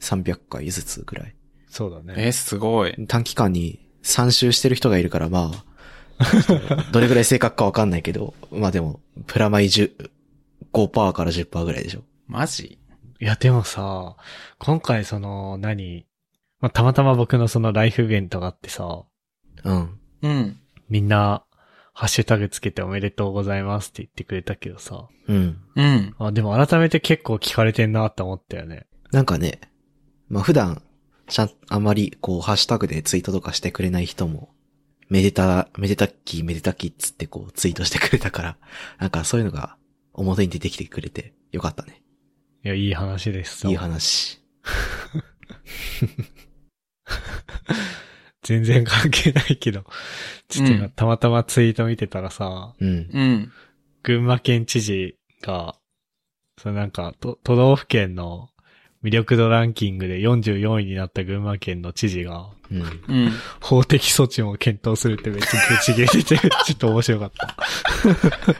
Speaker 3: 300回ずつぐらい。
Speaker 1: そうだね。
Speaker 2: え、すごい。
Speaker 3: 短期間に3周してる人がいるから、まあ、 ちょっとどれぐらい正確かわかんないけど、まあでも、プラマイ10、5%から10%ぐらいでしょ。
Speaker 2: マジ
Speaker 1: いや、でもさ、今回その、何、まあ、たまたま僕のそのライフイベントがあってさ、
Speaker 3: うん。
Speaker 2: うん。
Speaker 1: みんな、ハッシュタグつけておめでとうございますって言ってくれたけどさ、
Speaker 3: うん。
Speaker 2: うん。
Speaker 1: あ、でも改めて結構聞かれてんなって思ったよね。
Speaker 3: なんかね、まあ普段、ちゃん、あまり、こう、ハッシュタグでツイートとかしてくれない人も、めでた、めでたっき、めでたっきっつってこう、ツイートしてくれたから、 なんかそういうのが、表に出てきてくれて、よかったね。
Speaker 1: いや、いい話です
Speaker 3: いい話。
Speaker 1: 全然関係ないけど。ちょっと今、
Speaker 2: うん
Speaker 1: たまたまツイート見てたらさ、
Speaker 3: うん。
Speaker 2: うん。
Speaker 1: 群馬県知事が、そのなんか、と都道府県の魅力度ランキングで44位になった群馬県の知事が、
Speaker 3: うん。
Speaker 2: うん。
Speaker 1: 法的措置も検討するってめっちゃぶち切れて て、ちょっと面白かった。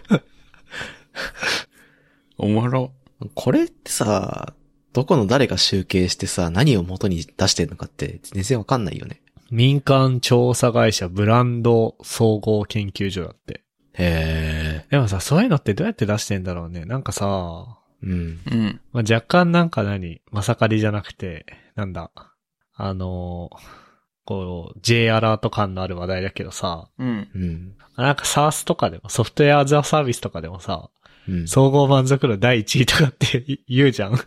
Speaker 2: おもろ。
Speaker 3: これってさ、どこの誰が集計してさ、何を元に出してるのかって全然わかんないよね。
Speaker 1: 民間調査会社ブランド総合研究所だって。
Speaker 3: へ
Speaker 1: でもさ、そういうのってどうやって出してんだろうね。なんかさ、
Speaker 3: え。うん。
Speaker 2: うん。
Speaker 1: まあ、若干なんか何まさかりじゃなくて、なんだ。あのーこう、J アラート感のある話題だけどさ、
Speaker 2: うん。
Speaker 3: うん。
Speaker 1: なんか SARS とかでも、ソフトウェアアザサービスとかでもさ、
Speaker 3: うん。
Speaker 1: 総合満足度第1位とかって言うじゃん。
Speaker 3: うん。わ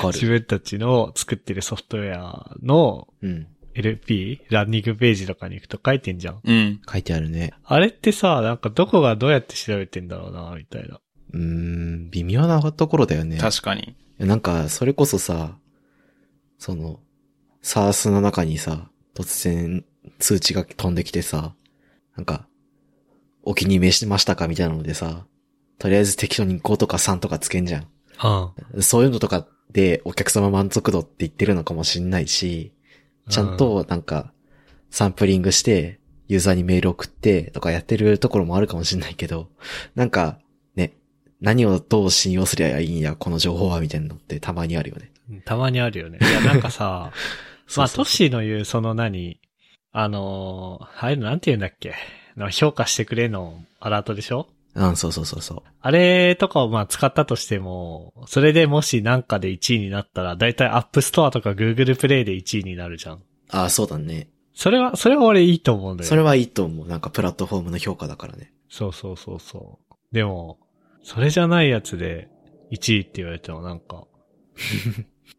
Speaker 3: か
Speaker 1: 自
Speaker 3: る。
Speaker 1: 分たちの作ってるソフトウェアの
Speaker 3: うん。
Speaker 1: LP、ランニングページとかに行くと書いてんじゃん。
Speaker 2: うん。
Speaker 3: 書いてあるね。
Speaker 1: あれってさ、なんかどこがどうやって調べてんだろうな、みたいな。
Speaker 3: うーん、微妙なところだよね。
Speaker 2: 確かに。
Speaker 3: なんか、それこそさ、その、サースの中にさ、突然通知が飛んできてさ、なんか、お気に召しましたかみたいなのでさ、とりあえず適当に5とか3とかつけんじゃん。
Speaker 1: うん。
Speaker 3: そういうのとかでお客様満足度って言ってるのかもしんないし、ちゃんとなんか、サンプリングして、ユーザーにメール送ってとかやってるところもあるかもしんないけど、なんか、ね、何をどう信用すりゃいいんや、この情報は、みたいなのってたまにあるよね。
Speaker 1: うんたまにある よね。いや、なんかさ、まあ、トッシーの言う、その何、あのー、あれなんて言うんだっけ、の評価してくれのアラートでしょ
Speaker 3: うん、そうそうそうそ
Speaker 1: あれとかをまあ使ったとしても、それでもしなんかで1位になったら、だいたい App Store とか Google Play で1位になるじゃん。
Speaker 3: う。ああ、そうだね。
Speaker 1: それは、それは俺いいと思うんだよ。
Speaker 3: それはいいと思う。なんかプラットフォームの評価だからね。
Speaker 1: そうそうそうそう。でも、それじゃないやつで1位って言われてもなんか、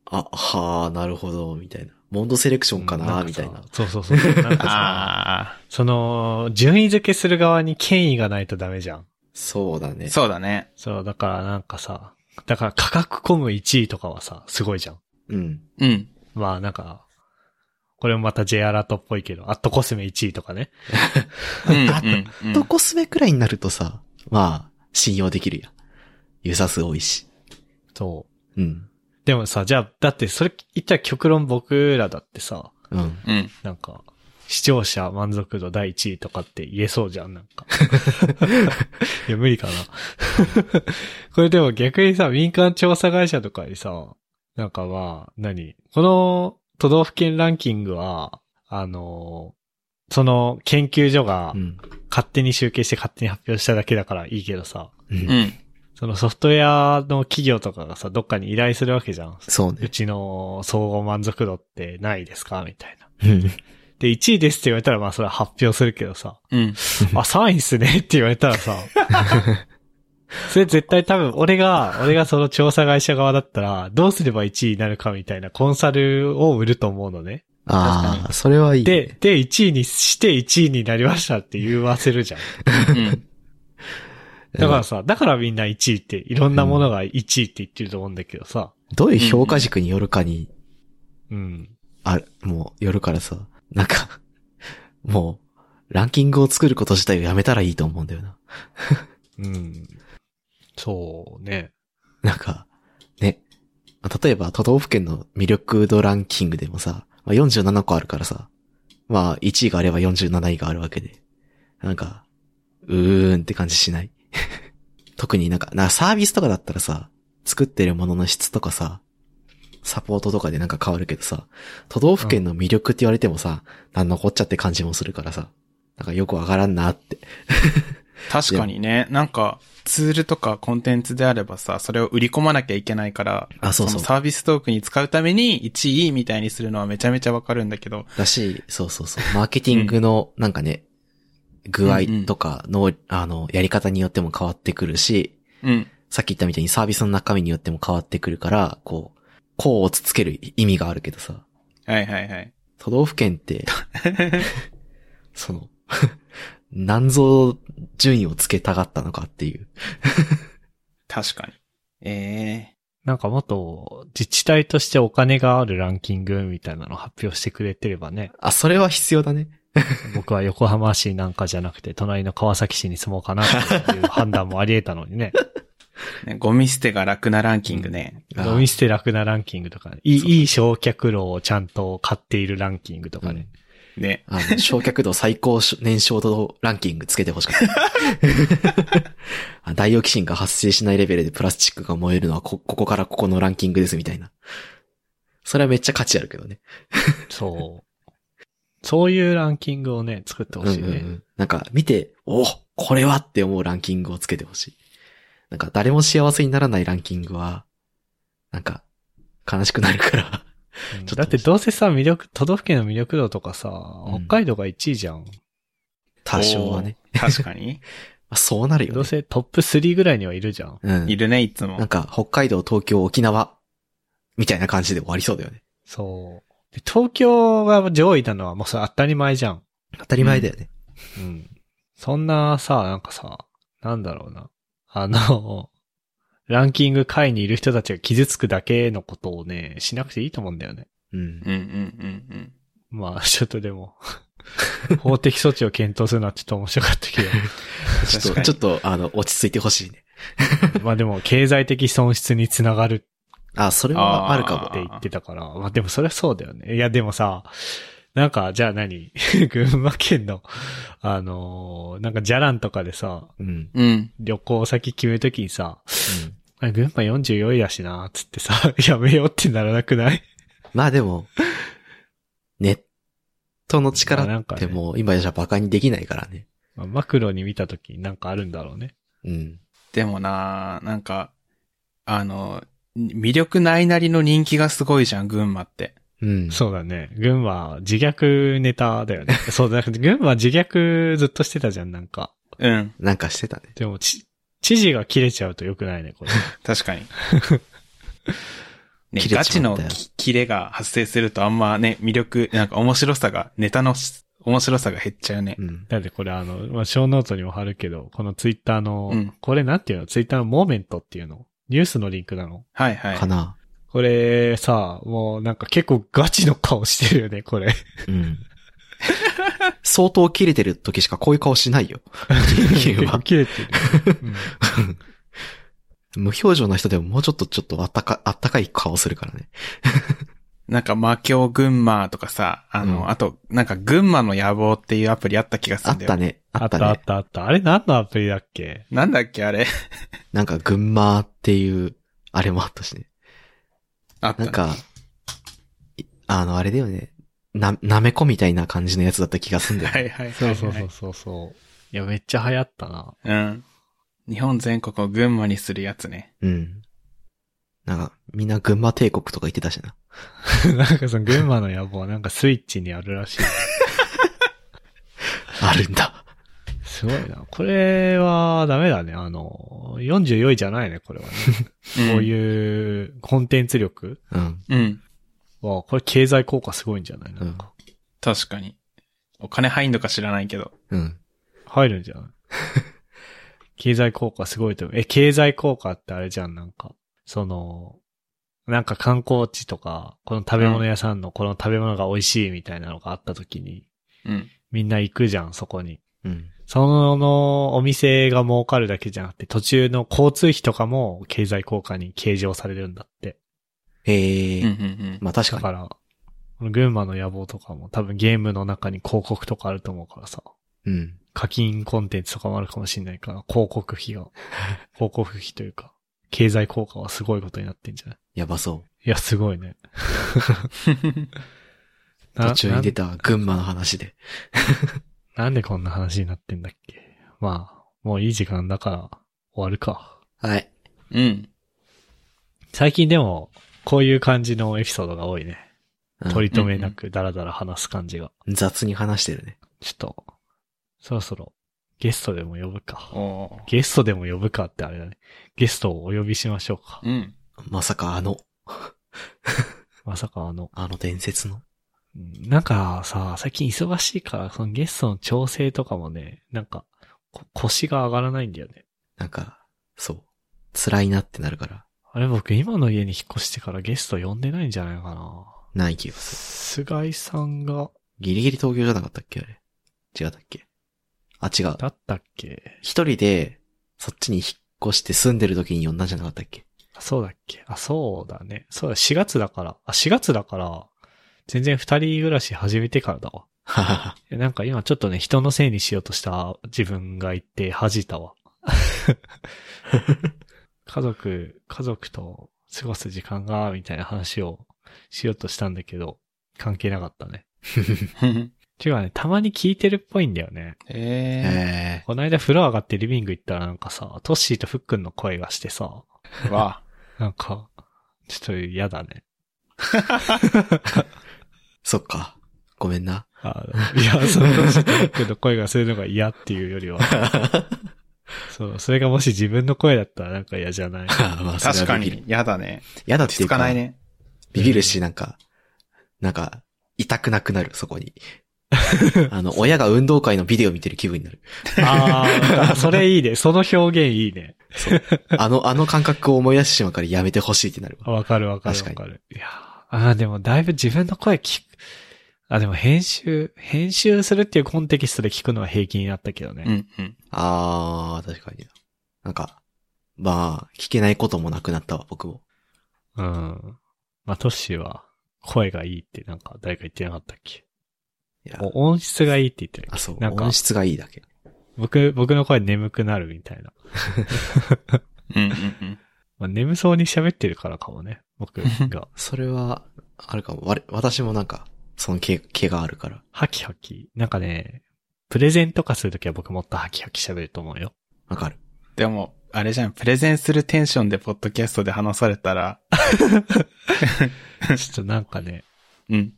Speaker 3: あ、はあ、なるほど、みたいな。モンドセレクションかな、
Speaker 1: ん
Speaker 3: み
Speaker 1: か
Speaker 3: た
Speaker 1: さ
Speaker 3: いな。。
Speaker 1: そうそうそう。なんかさ、
Speaker 2: あ
Speaker 1: その、順位付けする側に権威がないとダメじゃん。
Speaker 3: そうだね。
Speaker 2: あ。そうだね。
Speaker 1: そう、だからなんかさ、だから価格込む1位とかはさ、すごいじゃん。
Speaker 3: うん。
Speaker 2: うん。
Speaker 1: まあなんか、これもまた J アラートっぽいけど、アットコスメ1位とかね。
Speaker 2: うんうん
Speaker 3: とコスメくらいになるとさ、まあ、信用できるやん。ユーザー数多いし。
Speaker 1: そう。
Speaker 3: うん。
Speaker 1: でもさ、じゃあ、だってそれ言ったら極論僕らだってさ、
Speaker 3: うん。
Speaker 2: うん。
Speaker 1: なんか、視聴者満足度第1位とかって言えそうじゃん、なんか。 いや、無理かな。 これでも逆にさ、民間調査会社とかにさ、なんかまあ、何この都道府県ランキングは、あのその研究所が
Speaker 3: うん。
Speaker 1: 勝手に集計して勝手に発表しただけだからいいけどさ、
Speaker 3: う。
Speaker 2: うんん。
Speaker 1: そのソフトウェアの企業とかがさ、どっかに依頼するわけじゃん。
Speaker 3: そう
Speaker 1: う
Speaker 3: ね。
Speaker 1: ちの総合満足度ってないですかみたいな。
Speaker 3: うん。
Speaker 1: で、1位ですって言われたら、まあそれは発表するけどさ、
Speaker 2: うん。
Speaker 1: あ、3位っすねって言われた らさ、それ絶対多分俺が、俺がその調査会社側だったら、どうすれば1位になるかみたいなコンサルを売ると思うのね。
Speaker 3: ああ、それはいい。
Speaker 1: で、、で、1位にして1位になりましたって言わせるじゃん。
Speaker 2: うん。
Speaker 1: だからさ、だからみんな1位って、いろんなものが1位って言ってると思うんだけどさ、
Speaker 3: どういう評価軸によるかに、
Speaker 1: うん。
Speaker 3: あ、もう、よるからさ、なんか、もう、ランキングを作ること自体をやめたらいいと思うんだよな。
Speaker 1: うん。そうね。
Speaker 3: なんか、ね。まあ例えば、都道府県の魅力度ランキングでもさ、まあ、47個あるからさ、まあ、1位があれば47位があるわけで。なんか、うーんって感じしない 特になんか、なんかサービスとかだったらさ、作ってるものの質とかさ、サポートとかでなんか変わるけどさ、都道府県の魅力って言われてもさ、なんのこっちゃって感じもするからさ、なんかよくわからんなって。
Speaker 2: 確かにね、なんか、ツールとかコンテンツであればさ、それを売り込まなきゃいけないから、
Speaker 3: あ、そうそ
Speaker 2: の
Speaker 3: う。
Speaker 2: サービストークに使うために1位みたいにするのはめちゃめちゃわかるんだけど、
Speaker 3: だし、そうそうそう。マーケティングの、なんかね、具合とかの、あの、やり方によっても変わってくるし、
Speaker 2: うん。
Speaker 3: さっき言ったみたいにサービスの中身によっても変わってくるから、こう、こうつつける意味があるけどさ、
Speaker 2: はいはいはい。
Speaker 3: 都道府県 って、その、 何ぞ順位をつけたがったのかっていう。
Speaker 2: 確かに。え
Speaker 1: なんかもっと自治体としてお金があるランキングみたいなの発表してくれてれば ね、
Speaker 3: あ、それは必要だね。
Speaker 1: 僕は横浜市なんかじゃなくて隣の川崎市に住もうかなっていう判断もあり得たのにね、
Speaker 2: えねゴミ捨てが楽なランキングね。
Speaker 3: あー
Speaker 1: 飲み捨て楽なランキングとか、いいいい焼却炉をちゃんと買っているランキングとかね。
Speaker 2: ね。
Speaker 3: あの、焼却度最高燃焼度ランキングつけてほしかった。ダイオキシンが発生しないレベルでプラスチックが燃えるのはこ、ここからここのランキングですみたいな。それはめっちゃ価値あるけどね。
Speaker 1: そう。そういうランキングをね、作ってほしいね。
Speaker 3: うんうんうんなんか見て、おこれはって思うランキングをつけてほしい。なんか誰も幸せにならないランキングは、なんか、悲しくなるから。
Speaker 1: うん
Speaker 3: ちょっと
Speaker 1: だってどうせさ、魅力、都道府県の魅力度とかさ、
Speaker 3: うん
Speaker 1: 北海道が1位じゃん。
Speaker 3: 多少はね。
Speaker 2: おー。確かに。
Speaker 3: まあそうなるよ、ね。
Speaker 1: どうせトップ3ぐらいにはいるじゃん。
Speaker 3: うん
Speaker 2: い。るね、いつ
Speaker 3: なん
Speaker 2: も。
Speaker 3: か、北海道、東京、沖縄、みたいな感じで終わりそうだよね。
Speaker 1: そう。で東京が上位なのはもうそれ当たり前じゃん。
Speaker 3: 当たり前だよね。
Speaker 1: うん。そんなさ、なんかさ、なんだろうな。あの、 ランキング下位にいる人たちが傷つくだけのことをね、しなくていいと思うんだよね。
Speaker 3: うん
Speaker 2: うんうんうん
Speaker 1: まあ、 ちょっとでも、法的措置を検討するのはちょっと面白かったけ
Speaker 3: ちょ
Speaker 2: 確
Speaker 3: っ
Speaker 2: か
Speaker 3: と、
Speaker 2: に
Speaker 3: ちょっと、あの、落ち着いてほしいね。
Speaker 1: ど、まあでも、経済的損失につながる
Speaker 3: あ、それはあるか
Speaker 1: っ
Speaker 3: も。
Speaker 1: て言ってたから、まあでもそりゃそうだよね。いやでもさ、なんか、じゃあ何 群馬県の、あのーなんか、じゃらんとかでさ、
Speaker 3: うん。
Speaker 2: うん。うん。
Speaker 1: 旅行先決めるときにさ、あ群馬44位だしな、つってさ、 やめようってならなくない
Speaker 3: まあでも、ネット
Speaker 1: ま
Speaker 3: の
Speaker 1: あ
Speaker 3: 力
Speaker 1: なん
Speaker 3: っ
Speaker 1: か
Speaker 3: て
Speaker 1: ね
Speaker 3: もう今じゃ馬鹿にできないからね。
Speaker 1: まあマクロに見たときなんかあるんだろうね。
Speaker 3: うん。
Speaker 2: でもな、なんか、あの、魅力ないなりの人気がすごいじゃん、群馬って。
Speaker 3: うん。
Speaker 1: そうだね。群馬、自虐ネタだよ ね。そうだ、群馬自虐ずっとしてたじゃん、なんか。
Speaker 2: うん。
Speaker 3: なんかしてたね。
Speaker 1: でも、ち、知事が切れちゃうと良くないね、これ。
Speaker 2: 確かに。ね、
Speaker 3: 切れちま
Speaker 2: ガ
Speaker 3: ったよ
Speaker 2: チのきキレが発生するとあんまね、魅力、なんか面白さが、ネタのし面白さが減っちゃうね
Speaker 3: う。ん。
Speaker 1: なんでこれあの、まあ、小ノートにも貼るけど、このツイッターの、
Speaker 2: うん
Speaker 1: これなんていうのツイッターのモーメントっていうのニュースのリンクなの
Speaker 2: はいはい
Speaker 3: か。な。
Speaker 1: ここれさ、もうなんか結構ガチの顔してるよね、これ。
Speaker 3: うん。 相当切れてる時しかこういう顔しないよ。 人間は
Speaker 1: 切れてる。うん
Speaker 3: 無表情な人でももうちょっとちょっとあったか、あったかい顔するからね。
Speaker 2: なんか、魔境群馬とかさ、あ
Speaker 3: う
Speaker 2: の、
Speaker 3: ん
Speaker 2: あと、なんか、群馬の野望っていうアプリあった気がす
Speaker 3: あ
Speaker 2: るん
Speaker 3: っ
Speaker 2: だよ。
Speaker 3: たね。
Speaker 1: あ
Speaker 3: あ
Speaker 1: っ
Speaker 3: った
Speaker 1: たあっ
Speaker 3: ね。
Speaker 1: たあった。あれ何のアプリだっけ
Speaker 2: なんだっけ、あれ。
Speaker 3: なんか、群馬っていう、あれもあったしね。
Speaker 2: あっ た、
Speaker 3: なん、か、いあの、あれだよね。な、なめこみたいな感じのやつだった気がすんだよ。
Speaker 2: はいはいはいはい。
Speaker 1: そうそうそうそうそう。いや、めっちゃ流行ったな。
Speaker 2: うん。日本全国を群馬にするやつね。
Speaker 3: うん。なんか、みんな群馬帝国とか言ってたしな。
Speaker 1: なんかその群馬の野望はなんかスイッチにあるらしい。
Speaker 3: あるんだ。
Speaker 1: すごいな。これはダメだね。あの、44位じゃないね、これはね。こう
Speaker 2: う。
Speaker 1: いうコンテンツ力
Speaker 3: うん。
Speaker 2: うん。
Speaker 1: は、これ経済効果すごいんじゃないなんか。
Speaker 2: 確かに。お金入んのか知らないけど。
Speaker 3: うん。
Speaker 1: 入るんじゃ ない経済効果すごいと思う。え、経済効果ってあれじゃん、なんか。その、なんか観光地とか、この食べ物屋さんのこの食べ物が美味しいみたいなのがあった時に、
Speaker 2: うん。
Speaker 1: みんな行くじゃん、そこに。
Speaker 3: うん。
Speaker 1: そのお店が儲かるだけじゃなくて、途中の交通費とかも経済効果に計上されるんだって。
Speaker 3: へえ、
Speaker 2: うんうんうん。
Speaker 3: まあ確
Speaker 1: だ
Speaker 3: か
Speaker 1: から、この群馬の野望とかも多分ゲームの中に広告とかあると思うからさ、
Speaker 3: に。うん。
Speaker 1: 課金コンテンツとかもあるかもしれないから、広告費 が、広告費というか、経済効果はすごいことになってんじゃない
Speaker 3: やばそう。
Speaker 1: いや、すごいね。な
Speaker 3: 途中に出た群馬の話で。
Speaker 1: ななんでこんな話になってんだっけまあ、もういい時間だから終わるか。
Speaker 3: はい。
Speaker 2: うん。
Speaker 1: 最近でも、こういう感じのエピソードが多いね。
Speaker 3: うん
Speaker 1: 取り留めなくダラダラ話す感じが。
Speaker 3: 雑に話してるね。
Speaker 1: ちょっと、そろそろゲストでも呼ぶか。
Speaker 2: おー
Speaker 1: ゲストでも呼ぶかってあれだね。ゲストをお呼びしましょうか。
Speaker 2: うん。
Speaker 3: まさかあの、
Speaker 1: まさかあの、
Speaker 3: あの伝説の。
Speaker 1: うんなんかさ、最近忙しいから、そのゲストの調整とかもね、なんか、こ腰が上がらないんだよね。
Speaker 3: なんか、そう。辛いなってなるから、
Speaker 1: あれ僕今の家に引っ越してからゲスト呼んでないんじゃないかな。
Speaker 3: ない気がする。
Speaker 1: 菅井さんが、
Speaker 3: ギリギリ東京じゃなかったっけあれ。違ったっけあ、違う。
Speaker 1: だったっけ
Speaker 3: 一人で、そっちに引っ越して住んでる時に呼んだんじゃなかったっけ
Speaker 1: あそうだっけあ、そうだね。そうだ、4月だから。あ、4月だから、全然二人暮らし始めてからだわ。
Speaker 3: ははは。
Speaker 1: えなんか今ちょっとね、人のせいにしようとした自分がいて恥じたわ。家族、家族と過ごす時間が、みたいな話をしようとしたんだけど、関係なかったね。違うね、たまに聞いてるっぽいんだよね。
Speaker 2: え
Speaker 3: え
Speaker 1: こないだ風呂上がってリビング行ったらなんかさ、トッシーとフックンの声がしてさ、
Speaker 2: ー。わ
Speaker 1: なんか、ちょっと嫌だね。
Speaker 3: ー、そっか。ごめんな。
Speaker 1: あいや、そのトッシーとフックンの声がするのが嫌っていうよりは、そう、それがもし自分の声だったらなんか嫌じゃない。
Speaker 3: まあ、
Speaker 2: あ
Speaker 3: それは
Speaker 2: 確か
Speaker 3: ビビる
Speaker 2: に。。やだね。
Speaker 3: 嫌だっ
Speaker 2: 落
Speaker 3: てい
Speaker 2: ち
Speaker 3: う
Speaker 2: 着か
Speaker 3: か、
Speaker 2: ないね。
Speaker 3: ビビるし、なんか、なんか、痛くなくなる、そこに。 あの、親が運動会のビデオ見てる気分になる。
Speaker 1: ああ、それいいね。その表現いいね。
Speaker 3: あの、あの感覚を思い出してしまうからやめてほしいってな るわ。
Speaker 1: わかるわかる
Speaker 3: 確か
Speaker 1: わ
Speaker 3: に
Speaker 1: かる。いやーあーでもだいぶ自分の声聞く。あ、でも編集、編集するっていうコンテキストで聞くのは平気になったけどね。
Speaker 2: うんうん。
Speaker 3: あー、確かに。なんか、まあ、聞けないこともなくなったわ、僕も。
Speaker 1: うん。まあ、トッシーは声がいいってなんか誰か言ってなかったっけ
Speaker 3: いや、
Speaker 1: お音質がいいって言ってる。
Speaker 3: あ、そう
Speaker 1: なん。か
Speaker 3: 音質がいいだけ。。
Speaker 1: 僕、僕の声眠くなるみたいな。
Speaker 2: うんうんうん。
Speaker 1: まあ、眠そうに喋ってるからかもね。僕が
Speaker 3: それは、あるかも。われ私もなんか、その毛、毛があるから。
Speaker 1: ハキハキ。なんかね、プレゼンとかするときは僕もっとハキハキ喋ると思う よ。
Speaker 3: わかる。
Speaker 2: でも、あれじゃん、プレゼンするテンションでポッドキャストで話されたら、
Speaker 1: ちょっとなんかね、
Speaker 2: うん。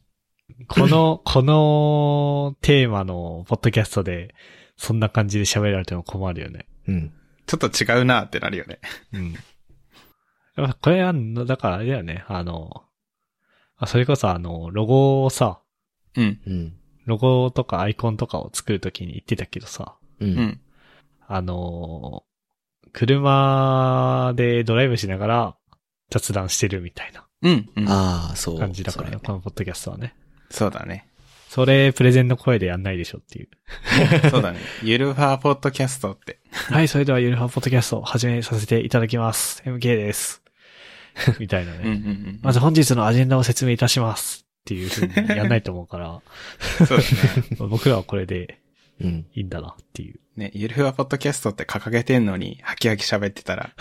Speaker 1: この、 このテーマのポッドキャストで、そんな感じで喋られても困るよね。
Speaker 3: うん。
Speaker 2: ちょっと違うなってなるよね。
Speaker 1: うん。やっぱこれは、だからあれだよね、あの、あそれこそあの、ロゴをさ、
Speaker 2: うん。
Speaker 3: うん。
Speaker 1: ロゴとかアイコンとかを作るときに言ってたけどさ、
Speaker 3: う。
Speaker 2: うんん。
Speaker 1: あの、車でドライブしながら、雑談してるみたいな
Speaker 2: うん、うん。
Speaker 3: ああ、そう。
Speaker 1: 感じだから、
Speaker 3: それ
Speaker 1: このポッドキャストはね。
Speaker 2: そうだね。
Speaker 1: それ、プレゼンの声でやんないでしょっていう。
Speaker 2: そうだね。ゆるファーポッドキャストって。
Speaker 1: はい、それではゆるはポッドキャストを始めさせていただきます。MK です。 みたいなね。
Speaker 2: うんうんう
Speaker 1: まず本日のアジェンダを説明いたします。っていう風にやんないと思うから、
Speaker 2: ん。 そうだね。
Speaker 1: 僕らはこれで
Speaker 3: うん。
Speaker 1: いいんだなっていう。
Speaker 2: ね、ゆるふわポッドキャストって掲げてんのに、ハキハキ喋ってた ら、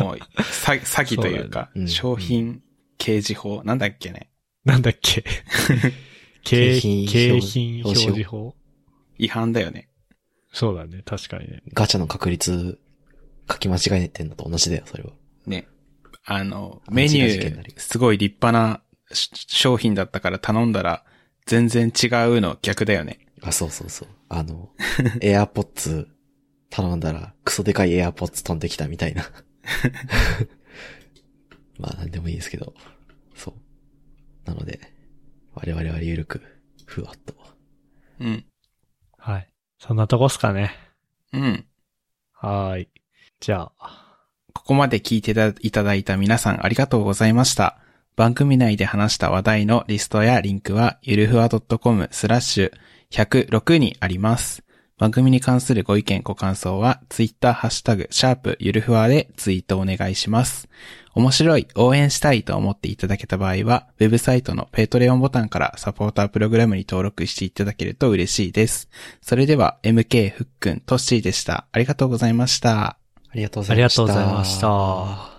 Speaker 2: もう、詐詐欺とい
Speaker 3: そ
Speaker 2: うか、
Speaker 3: うだねうん
Speaker 2: 商品掲示法、なんだっけね、
Speaker 1: なんだっけ景
Speaker 3: 景品
Speaker 1: 品景
Speaker 3: 表
Speaker 1: 品表示法
Speaker 2: 違反だよね。
Speaker 1: そうだね、確かにね。
Speaker 3: ガチャの確率、書き間違えてんのと同じだよ、それは。
Speaker 2: ね。あの、
Speaker 3: 間違
Speaker 2: メ
Speaker 3: い
Speaker 2: ニ
Speaker 3: 事件に
Speaker 2: ュ
Speaker 3: なる
Speaker 2: ー、すごい立派なし商品だったから頼んだら、全然違うの逆だよね。
Speaker 3: あ、そうそうそう。あ の、エアポッツ頼んだら、クソでかいエアポッツ飛んできたみたいな。 まあ、なんでもいいですけど。そう。なので、我々はゆるく、ふわっと。
Speaker 2: うん。
Speaker 1: はい。そんなとこっすかね。
Speaker 2: うん。
Speaker 1: はーい。じゃあ、
Speaker 2: ここまで聞いていただいた皆さんありがとうございました。番組内で話した話題のリストやリンクは、ゆるふわ .com スラッシュ106にあります。番組に関するご意見、ご感想は、ツイッターハッシュタグ、シャープゆるふわでツイートお願いします。面白い、応援したいと思っていただけた場合は、ウェブサイトのペイトレオンボタンからサポータープログラムに登録していただけると嬉しいです。それでは、MK ふっくん、トッシーでした。ありがとうございました。
Speaker 3: ありがとうご
Speaker 1: あ
Speaker 3: ざい
Speaker 1: り
Speaker 3: ま
Speaker 1: が
Speaker 3: した。
Speaker 1: とうございました。